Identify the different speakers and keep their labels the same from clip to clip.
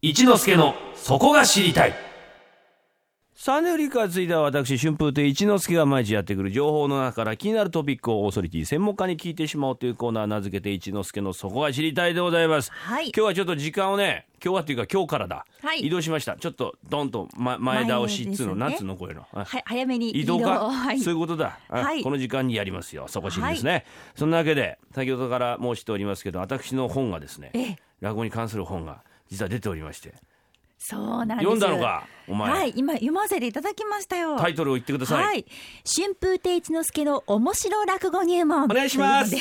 Speaker 1: 一之助のそこが知りたい
Speaker 2: サネリカついた私春風亭一之輔が毎日やってくる情報の中から気になるトピックをオーソリティ専門家に聞いてしまおうというコーナー名付けて一之輔のそこが知りたいでございます
Speaker 3: はい
Speaker 2: 今日はちょっと時間をね今日はっていうか今日からだ、
Speaker 3: はい
Speaker 2: 移動しましたちょっとドンと、ま、前倒しっつうの、
Speaker 3: 前ですね
Speaker 2: なんつうのこういうの、あ
Speaker 3: は早めに
Speaker 2: 移動か
Speaker 3: はい
Speaker 2: そういうことだ、あ
Speaker 3: はい
Speaker 2: この時間にやりますよそこ知りですね、そんなわけで先ほどから申しておりますけど私の本がですね
Speaker 3: ええ
Speaker 2: 落語に関する本が実は出ておりまして
Speaker 3: そうなんです
Speaker 2: 読んだのかお前、
Speaker 3: はい今読ませていただきましたよ
Speaker 2: タイトルを言ってください、
Speaker 3: はい、春風亭一之助の面白落語入門お
Speaker 2: 願いします
Speaker 3: え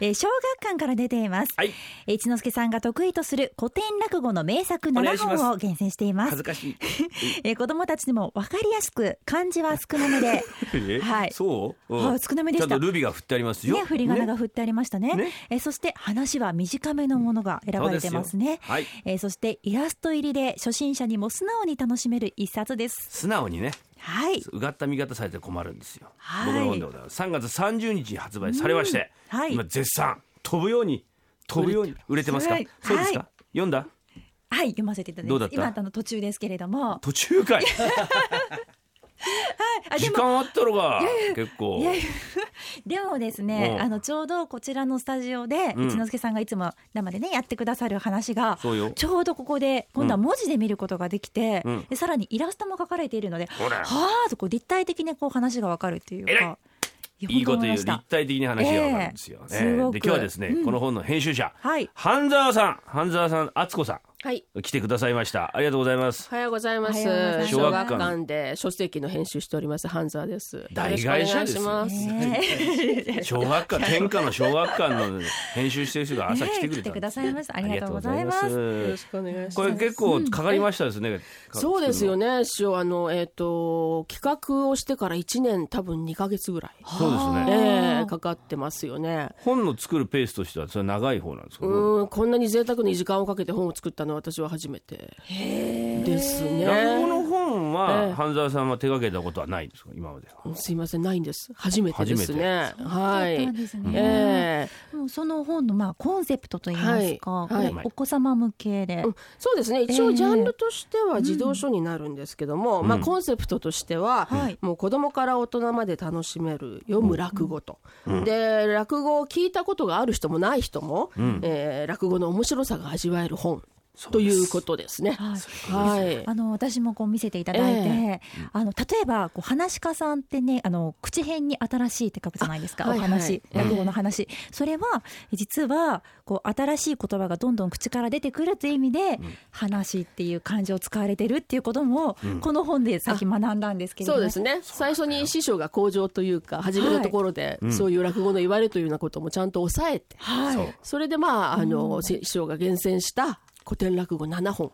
Speaker 3: ー小学館から出ています、
Speaker 2: はい
Speaker 3: えー一之助さんが得意とする古典落語の名作
Speaker 2: お願い
Speaker 3: 7
Speaker 2: します
Speaker 3: 本を厳選していま
Speaker 2: 恥
Speaker 3: す
Speaker 2: ずかしい
Speaker 3: えー子供たちにも分かりやすく漢字は少なめで
Speaker 2: え
Speaker 3: はい
Speaker 2: そう、
Speaker 3: はい少なめでした
Speaker 2: ちゃんとルビが振ってありますよ
Speaker 3: ね、振り仮
Speaker 2: ね
Speaker 3: 名が振ってありましたね
Speaker 2: ね
Speaker 3: えーそして話は短めのものが選ばれてますね
Speaker 2: そうですよはい
Speaker 3: えーそしてイラスト入りで初心者にも素直に楽しめる一冊です
Speaker 2: 素直にね
Speaker 3: はい、
Speaker 2: うがった見方されて困るんですよ、
Speaker 3: はい
Speaker 2: 僕の本でございます3月30日に発売されまして、
Speaker 3: うんはい
Speaker 2: 今絶賛飛ぶように飛ぶように売れてますか、
Speaker 3: はい
Speaker 2: そうですか、
Speaker 3: は
Speaker 2: 読んだ
Speaker 3: はい、読ませていただき
Speaker 2: どう
Speaker 3: ま
Speaker 2: だっ
Speaker 3: す
Speaker 2: た
Speaker 3: 今あの途中ですけれども
Speaker 2: 途中かい
Speaker 3: あで
Speaker 2: 時
Speaker 3: も
Speaker 2: 間あったのが結構
Speaker 3: いやいやでもですね、
Speaker 2: うん
Speaker 3: あのちょうどこちらのスタジオで、
Speaker 2: うん
Speaker 3: 一之輔さんがいつも生でねやってくださる話が
Speaker 2: そうよ
Speaker 3: ちょうどここで今度は文字で見ることができて、
Speaker 2: うん
Speaker 3: でさらにイラストも描かれているので、
Speaker 2: ほら
Speaker 3: はあとこう立体的にこう話がわかるっていうか
Speaker 2: 偉い
Speaker 3: い
Speaker 2: い
Speaker 3: や
Speaker 2: いこと言う
Speaker 3: 本当思まし
Speaker 2: 立
Speaker 3: た
Speaker 2: 体的に話がわかるんですよね、
Speaker 3: ええすごく
Speaker 2: で今日はですね、この本の編集者、
Speaker 3: はい
Speaker 2: 半沢さん半沢さん敦子さ
Speaker 4: はい。
Speaker 2: ん来てくださいましたありがとうござい ます
Speaker 4: おはようございます
Speaker 3: おはようございま。す
Speaker 4: 小学館で書籍の編集しております半沢です。
Speaker 2: 大会社ですよ
Speaker 4: よろしくお願いします。
Speaker 2: 小学館天下の小学館の編集してる人が朝来てくれたんです
Speaker 3: ねえ来てくださいましたありがとうございます
Speaker 2: ありがとうござい
Speaker 4: よ
Speaker 2: ま
Speaker 4: ろしくお願いします。
Speaker 2: これ結構かかりましたですね。か
Speaker 4: そうですよ。ね。師匠あのえっ、と企画をしてから一年多分二ヶ月ぐらい、
Speaker 2: そうです
Speaker 4: え
Speaker 2: ね。
Speaker 4: えかかってますよね。
Speaker 2: 本の作るペースとしてはそれは長い方なんですけ
Speaker 4: う
Speaker 2: ど。
Speaker 4: ーんこんなに贅沢に時間をかけて本を作ったのは私は初めてです
Speaker 2: 落語
Speaker 4: ね。
Speaker 2: の本
Speaker 4: ええ
Speaker 2: は半沢さんは手掛けたことはないんですか今までは。
Speaker 4: すいませんないんです。初めてですね。は
Speaker 3: そうだった
Speaker 4: い
Speaker 3: ん。ですね
Speaker 4: ええ
Speaker 3: でもその本のまあコンセプトといいますか、
Speaker 4: はいはい
Speaker 3: こうお子様向けで、
Speaker 4: うんそうですね一
Speaker 3: え
Speaker 4: 応
Speaker 3: え
Speaker 4: ジャンルとしては児童書になるんですけども、まあ、コンセプトとしては、
Speaker 3: はい
Speaker 4: もう子供から大人まで楽しめる読む落語と、で落語を聞いたことがある人もない人も、えー落語の面白さが味わえる本ということですね。
Speaker 3: はい
Speaker 4: はい
Speaker 3: あの私もこう見せていただいて、
Speaker 4: え
Speaker 3: あの例えばこう話し家さんってねあの口辺に新しいって書くじゃないですか、
Speaker 4: あはい
Speaker 3: お
Speaker 4: はい
Speaker 3: 話、
Speaker 4: うん
Speaker 3: 落語の話、それは実はこう新しい言葉がどんどん口から出てくるという意味で、話っていう漢字を使われてるっていうことも、この本でさっき学んだんですけれど
Speaker 4: そう
Speaker 3: も
Speaker 4: ですね最初に師匠が向上というか初めのところで、そういう落語の言われというようなこともちゃんと抑えて、
Speaker 3: はい
Speaker 2: そう
Speaker 4: それでまああの、師匠が厳選した古典落語7本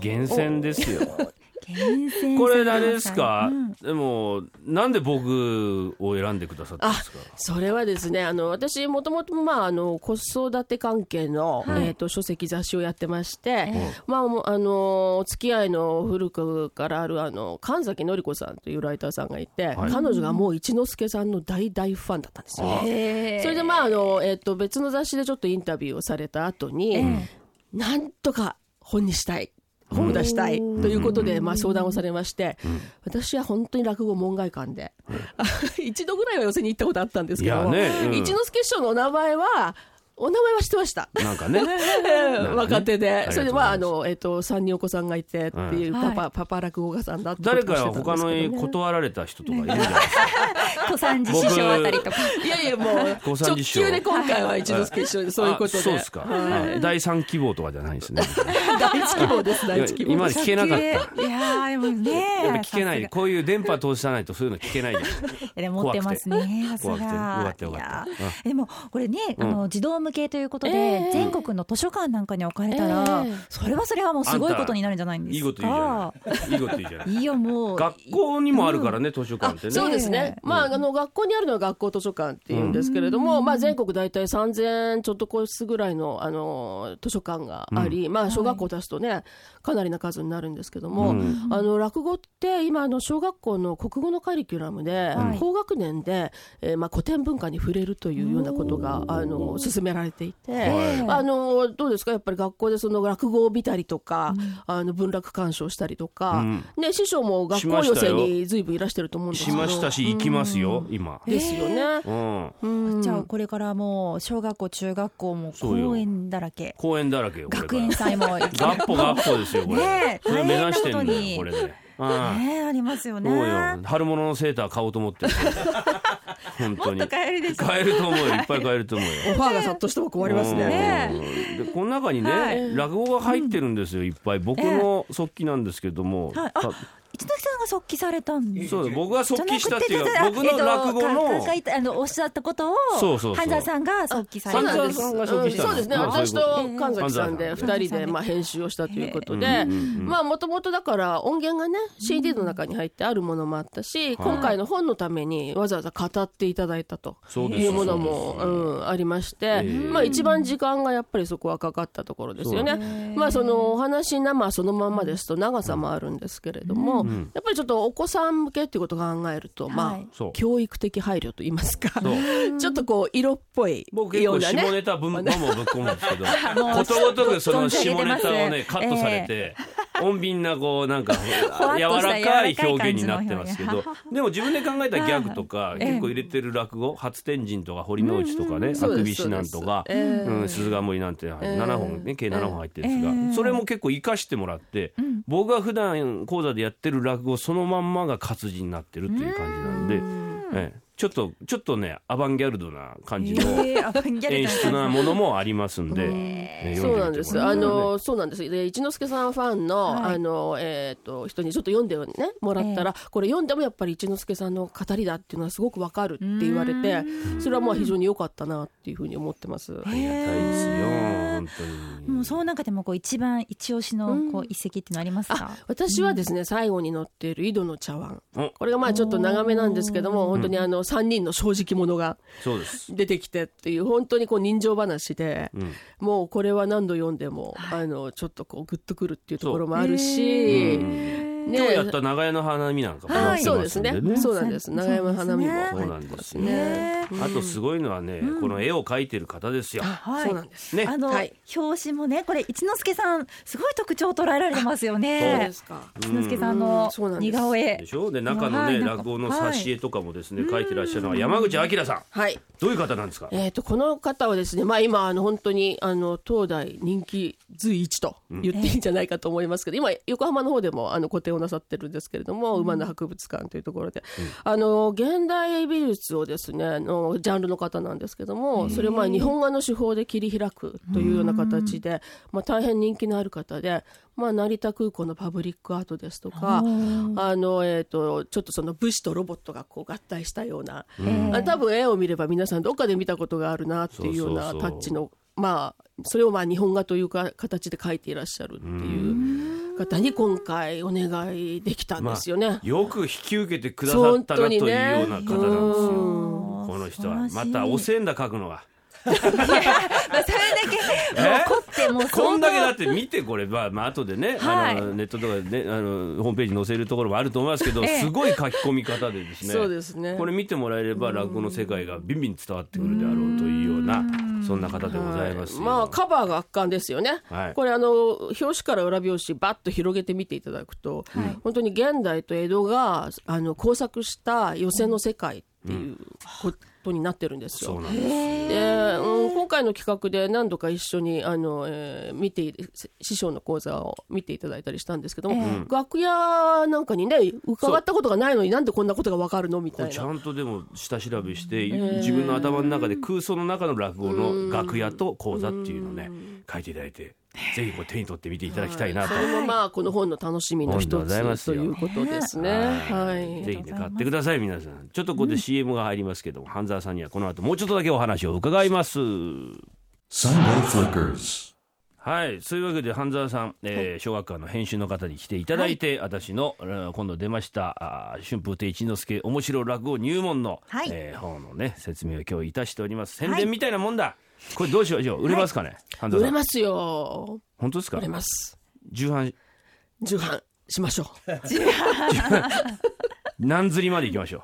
Speaker 2: 厳選ですよ。
Speaker 3: 厳選
Speaker 2: こ
Speaker 3: さ
Speaker 2: れ
Speaker 3: てま
Speaker 2: あ
Speaker 3: す
Speaker 2: れですか
Speaker 3: うん。
Speaker 2: でもなんで僕を選んでくださったんですか。
Speaker 4: それはですねあの私もともと、まあ、あの子育て関係の、えー、と書籍雑誌をやってまして、まあ、もうあのお付き合いの古くからあるあの神崎典子さんというライターさんがいて、
Speaker 2: はい
Speaker 4: 彼女がもう一之輔さんの大大ファンだったんですよ。
Speaker 3: えー
Speaker 4: それでまああの、えー、と別の雑誌でちょっとインタビューをされた後に、なんとか本にしたい本を出したいということで、まあ、相談をされまして、私は本当に落語門外観で、 一度ぐらいは寄せに行ったことあったんですけど、
Speaker 2: いやねうん
Speaker 4: 一之輔師匠のお名前はお名前は知ってました。
Speaker 2: なんかね。
Speaker 4: ええ若手で、
Speaker 2: ありがとうございます
Speaker 4: それでまああのえっ、と三人お子さんがいてっていう
Speaker 3: うん
Speaker 4: パパ、
Speaker 3: は
Speaker 4: パパ落語家さんだってこと
Speaker 2: 誰
Speaker 4: を
Speaker 2: か
Speaker 4: してた
Speaker 2: 他
Speaker 4: んですけどね
Speaker 2: の断られた人とかいるじゃないですか。
Speaker 3: 小三治師匠あたりとか
Speaker 4: いやいやもう
Speaker 2: ご参
Speaker 4: 直
Speaker 2: 事賞
Speaker 4: 球で今回は一之輔師匠でそういうこと
Speaker 2: あ
Speaker 4: で、
Speaker 2: そうですか。はい第三希望とかじゃないですね。
Speaker 4: 第一希望です第一希望
Speaker 2: 今まで聞けなかった
Speaker 3: たいやーでもね
Speaker 2: やっぱ聞けな
Speaker 3: さすが
Speaker 2: い。こういう電波通さないとそういうの聞けないじゃん。
Speaker 3: いやでも持ってますね。さすが。
Speaker 2: 怖くて怖くてよかったよかった
Speaker 3: いやーでもこれね、あの児童向けということで、
Speaker 4: ええ
Speaker 3: 全国の図書館なんかに置かれたら、
Speaker 4: ええ
Speaker 3: それはそれはもうすごいことになるんじゃないんですか。
Speaker 2: いいこと言うじゃない。いいこと言うじゃない。
Speaker 3: いいよもう。
Speaker 2: 学校にもあるからね、図書館ってね。
Speaker 4: そうです
Speaker 3: ね
Speaker 4: ね、まあ、あの学校にあるのは学校図書館っていうんですけれども、まあ、全国大体3000ちょっとこすぐらいのあの図書館があり、まあ、小学校足すとね、かなりな数になるんですけども、
Speaker 2: うん
Speaker 4: あの落語って今あの小学校の国語のカリキュラムで、
Speaker 3: はい
Speaker 4: 高学年で、えーまあ、古典文化に触れるというようなことがあの進めやられていて、
Speaker 2: はい
Speaker 4: あのどうですかやっぱり学校でその落語を見たりとか、あの文楽鑑賞したりとか、ね、師匠も学校寄せに随分いらしてると思うんですけ
Speaker 2: し
Speaker 4: ど
Speaker 2: ましたし行きますよ今
Speaker 4: ですよね、
Speaker 2: うん
Speaker 4: うん
Speaker 3: じゃあこれからもう小学校中学校も
Speaker 2: そうよ
Speaker 3: 公園だらけ
Speaker 2: 公園だらけよこれ
Speaker 3: 学
Speaker 2: から
Speaker 3: 園祭も行き
Speaker 2: ガッポガッポですよこれ
Speaker 3: ねえ
Speaker 2: これ目指してんだ
Speaker 3: 大変
Speaker 2: よこ
Speaker 3: なこ
Speaker 2: れ
Speaker 3: とに
Speaker 2: ねうん
Speaker 3: ねえありますよね
Speaker 2: そうよ春物のセーター買おうと思ってる本当に
Speaker 3: もっと買えるでしょ
Speaker 2: 買えると思うよいっぱい買えると思うよ
Speaker 4: オファーが殺到しても困りますね。
Speaker 2: うんでこの中にね、
Speaker 3: はい
Speaker 2: 落語が入ってるんですよいっぱい僕の速記なんですけども、
Speaker 3: はいあ一ノ木さんが即帰されたんです
Speaker 2: そうだ僕が速記したっていう
Speaker 3: じ
Speaker 2: か
Speaker 3: ゃなく
Speaker 2: 僕
Speaker 3: て
Speaker 2: の落語
Speaker 3: えっと
Speaker 2: の
Speaker 3: かかいあのおっしゃったことを
Speaker 2: そうそうそう
Speaker 3: 半沢さんが即帰さ
Speaker 4: そう
Speaker 3: れ
Speaker 4: な
Speaker 3: た
Speaker 4: んです。
Speaker 2: 半沢
Speaker 4: うん
Speaker 2: さんが初期したの
Speaker 4: そうですね。
Speaker 2: まあ
Speaker 4: 私
Speaker 2: そう
Speaker 4: と神崎さんで
Speaker 2: 神
Speaker 3: さん
Speaker 4: 二人でまあ編集をしたということで、まあ元々だから音源がね CD の中に入ってあるものもあったし、今回の本のためにわざわざ語っていただいたと
Speaker 2: そうです
Speaker 4: いうものも
Speaker 2: そうです
Speaker 4: うんありまして、
Speaker 2: ええ
Speaker 4: まあ一番時間がやっぱりそこはかかったところですよね。まあそのお話生そのまんまですと長さもあるんですけれども、やっぱりちょっとお子さん向けっていうことを考えると、
Speaker 3: は
Speaker 4: ま
Speaker 3: い
Speaker 2: そう
Speaker 4: あ教育的配慮と言いますか
Speaker 2: そう。
Speaker 4: ちょっとこう色っぽい
Speaker 2: 僕結
Speaker 4: よ
Speaker 2: 構
Speaker 4: うなね
Speaker 2: 下ネタぶんまもぶっ込むんです けど
Speaker 3: もう
Speaker 2: ことごとくその
Speaker 3: 存じ
Speaker 2: 下
Speaker 3: 上げて
Speaker 2: ネ
Speaker 3: ます
Speaker 2: タをねカットされて穏便なこうなんか柔らかい表現になってますけどでも自分で考えたギャグとか
Speaker 3: ええ
Speaker 2: 結構入れてる落語初天神とか堀之内とかねあ
Speaker 4: そう
Speaker 2: く
Speaker 4: です
Speaker 2: びしなんとか
Speaker 4: そうですええ
Speaker 2: うん鈴鹿森なんて7本ね計7本入ってるんです
Speaker 3: え
Speaker 2: が
Speaker 3: え
Speaker 2: それも結構生かしてもらって僕が普段講座でやってる落語そのまんまが活字になってるっていう感じなんでええちょっとちょっとねアバンギャルドな感じの。
Speaker 3: えーアバンギャル
Speaker 2: 演
Speaker 3: ドな
Speaker 2: 出なものもありますんで、ね読んでみてもらえたらね
Speaker 4: そうなんです。あの、そうなんです。で、一之輔さんファンの、
Speaker 3: はい
Speaker 4: あの、えっ、と、人にちょっと読んでね、もらったら、これ読んでもやっぱり一之輔さんの語りだっていうのはすごくわかるって言われて、それはまあ非常に良かったなっていうふうに思ってます。
Speaker 2: ありがたいですよ、本当に。
Speaker 3: もうその中でもこう一番一押しのこう一席っていうのありますか、
Speaker 4: 私はですね、最後に載っている井戸の茶碗。
Speaker 2: お
Speaker 4: これがまあちょっと長めなんですけども、本当にあの、3人の正直者が
Speaker 2: そうです。
Speaker 4: 出てきてっていう、本当にこう人情話で、
Speaker 2: うん、
Speaker 4: もうこれは何度読んでも、あのちょっとこうグッとくるっていうところもある
Speaker 2: う
Speaker 4: し、
Speaker 2: ん
Speaker 4: ね
Speaker 2: 今日やった長屋の花見なんかも
Speaker 3: は
Speaker 2: やっ
Speaker 3: い
Speaker 2: て
Speaker 4: そう
Speaker 2: ま
Speaker 4: です
Speaker 2: すんで
Speaker 4: ね
Speaker 2: ね。
Speaker 4: そうなんです長山花見も
Speaker 2: そ
Speaker 4: 入
Speaker 2: う
Speaker 4: っ
Speaker 2: なん
Speaker 4: て
Speaker 2: で
Speaker 4: ますす
Speaker 2: ね
Speaker 4: ね
Speaker 2: あとすごいのはね、この絵を描いてる方ですよ。
Speaker 3: はい
Speaker 4: そうなんです
Speaker 2: ね
Speaker 3: あの、
Speaker 4: はい
Speaker 3: 表紙もねこれ一之輔さんすごい特徴を捉えられてますよ
Speaker 4: そう
Speaker 3: ね
Speaker 4: ですか
Speaker 3: 一之輔さんの
Speaker 4: うんそうなんで
Speaker 3: 似
Speaker 4: す
Speaker 3: 顔絵
Speaker 2: でしょで中の
Speaker 3: はい
Speaker 2: ね
Speaker 3: なんか
Speaker 2: 落語の挿絵とかもですね描いてらっしゃるのは山口明さん
Speaker 4: はい
Speaker 2: どういう方なんですか
Speaker 4: えー、とこの方はですね、まあ、今あの本当にあの東大人気随一と言っていいんじゃないかと思いますけど、今横浜の方でもあの個展をなさってるんですけれども、馬の博物館というところで、あの現代美術をですねあのジャンルの方なんですけどもそれをまあ日本画の手法で切り開くというような形で、まあ、大変人気のある方で、まあ、成田空港のパブリックアートですとかあの、えー、とちょっとその武士とロボットがこう合体したような。あ多分絵を見れば皆さんどっかで見たことがあるなっていうよう
Speaker 2: そう
Speaker 4: な
Speaker 2: そう
Speaker 4: タ
Speaker 2: そう
Speaker 4: ッチのまあそれをまあ日本画というか形で描いていらっしゃるっていう方に今回お願いできたんですよね。
Speaker 2: よく引き受けてくださったなというような方なんですよ。
Speaker 3: うん
Speaker 2: この人はまたおせんだ描くのが。
Speaker 3: まあそれだけもう凝ってもう
Speaker 2: こんだけだ
Speaker 3: っ
Speaker 2: って見てこれまあまあ後でね、
Speaker 3: はい
Speaker 2: あのネットとかでねあのホームページ載せるところもあると思いますけど、
Speaker 3: ええ
Speaker 2: すごい書き込み方でですね
Speaker 4: そうですね
Speaker 2: これ見てもらえれば落語の世界がビンビン伝わってくるであろうというようなそんな方でございますよ、
Speaker 4: まあカバーが圧巻ですよね、
Speaker 2: はい
Speaker 4: これあの表紙から裏表紙バッと広げてみていただくと、本当に現代と江戸があの工作した寄せの世界っていうことになってるんですよ。
Speaker 2: そうなんです
Speaker 4: で、うん、今回の企画で何度か一緒にあの、えー見てい師匠の講座を見ていただいたりしたんですけども、楽屋なんかにね伺ったことがないのになんでこんなことがわかるのみ
Speaker 2: こ
Speaker 4: た
Speaker 2: れ
Speaker 4: い
Speaker 2: ち
Speaker 4: な
Speaker 2: ゃ。んとでも下調べして、自分の頭の中で空想の中の落語の楽屋と講座っていうのをね書いていただいてぜひこう手に取って見ていただきたいなと
Speaker 4: それもまあこの本の楽しみの
Speaker 2: 本でご
Speaker 4: 一
Speaker 2: ざいます
Speaker 4: つと
Speaker 2: よ
Speaker 4: いうことですね。は
Speaker 2: はい
Speaker 4: い。
Speaker 2: ぜひね買ってください皆さんちょっとここで CM が入りますけども、半沢さんにはこの後もうちょっとだけお話を伺います
Speaker 1: Sunday Flickers.
Speaker 2: はいそういうわけで半沢さん、えー、小学館の編集の方に来ていただいて、私の、えー今度出ましたあー春風亭一之輔面白落語入門の、
Speaker 3: はい
Speaker 2: えー本のね説明を今日いたしております宣伝みたいなもんだ、これどうしましょう売れますかね、半
Speaker 4: 売
Speaker 2: 沢
Speaker 4: れ
Speaker 2: さん
Speaker 4: ますよ。
Speaker 2: 本当ですか
Speaker 4: 売れます。
Speaker 2: 重版
Speaker 4: 重版しましょう。
Speaker 2: 何釣りまで行きましょう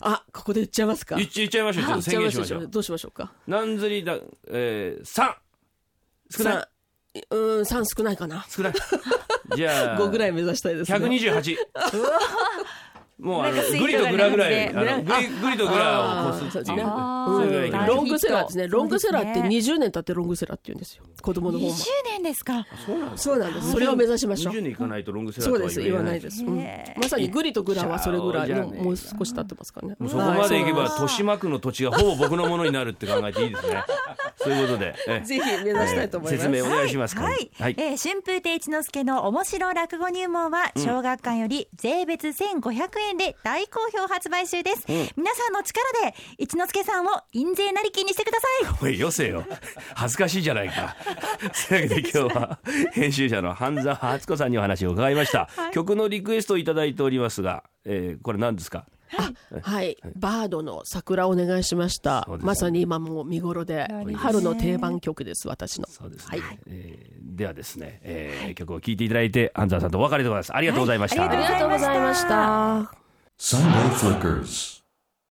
Speaker 4: あここで言っちゃいますか
Speaker 2: 言っち言っちゃいましょうちょっ
Speaker 4: あ
Speaker 2: と宣言しましょ
Speaker 4: 言っちゃいま
Speaker 2: う
Speaker 4: どうしましょうか
Speaker 2: 何釣りだえー、3少ない
Speaker 4: さんうーん3少ないかな
Speaker 2: 少 ないじゃあ
Speaker 4: 5ぐらい目指したいですね
Speaker 2: 128もうあ
Speaker 3: な
Speaker 2: の
Speaker 3: んかスイート
Speaker 2: グリとグラぐらい
Speaker 3: な
Speaker 2: あのグリグリとグラをこ
Speaker 4: あ
Speaker 2: す
Speaker 4: ーそ
Speaker 2: っ
Speaker 4: う
Speaker 2: ていう
Speaker 4: ですね
Speaker 3: あー
Speaker 2: うん
Speaker 3: 大ヒット
Speaker 4: ロングセラーですねロングセラーって
Speaker 3: そうですね
Speaker 4: 20年経ってロングセラーって言うんですよ子供の方
Speaker 3: 20
Speaker 4: も
Speaker 3: 年ですか。
Speaker 4: そうなんですそれを目指しましょう
Speaker 2: 20年いかないとロングセラー
Speaker 4: そう
Speaker 2: と
Speaker 4: で
Speaker 2: は
Speaker 4: す
Speaker 2: 言
Speaker 4: 言
Speaker 2: え
Speaker 4: わ
Speaker 2: な
Speaker 4: ない
Speaker 2: い
Speaker 4: です、
Speaker 3: へ
Speaker 4: うんまさにグリとグラはそれぐらい
Speaker 2: じゃあ
Speaker 4: の
Speaker 2: ね
Speaker 4: もう少し経ってますからね
Speaker 2: もうそこまでいけば豊島区の土地がほぼ僕のものになるって考えていいですねそういうことでえ
Speaker 4: ぜひ目指したいと思います
Speaker 2: 説明お願いします
Speaker 3: はい、はい
Speaker 2: はい
Speaker 3: えー春風亭一之輔の面白落語入門は小学館より税別1500円で大好評発売中です、皆さんの力で一之輔さんを印税なりきにしてください
Speaker 2: おいよせよ恥ずかしいじゃないかというわけで今日は編集者の半沢敦子さんにお話を伺いました、曲のリクエストをいただいておりますが、えー、これ何ですか
Speaker 4: はい、バードの桜お願いしました。
Speaker 2: そうですね
Speaker 4: まさに今も見頃で
Speaker 3: なるほ、ど
Speaker 4: 春の定番曲です、私の。
Speaker 2: そうです
Speaker 4: は
Speaker 2: ね、
Speaker 4: い、
Speaker 2: えーではですね、えー曲を聴いていただいて半沢さんとお別れでございますありがとうございました、
Speaker 3: はいありがとうございました
Speaker 4: ありがとうございました。
Speaker 1: Sunday Flickers.